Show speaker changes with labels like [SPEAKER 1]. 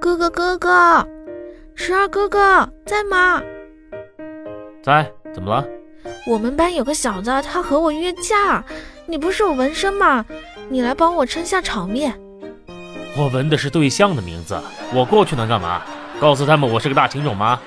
[SPEAKER 1] 哥哥哥哥，十二哥哥在吗？
[SPEAKER 2] 在，怎么了？
[SPEAKER 1] 我们班有个小子，他和我约架。你不是有纹身吗？你来帮我撑下场面。
[SPEAKER 2] 我纹的是对象的名字，我过去能干嘛？告诉他们我是个大情种吗？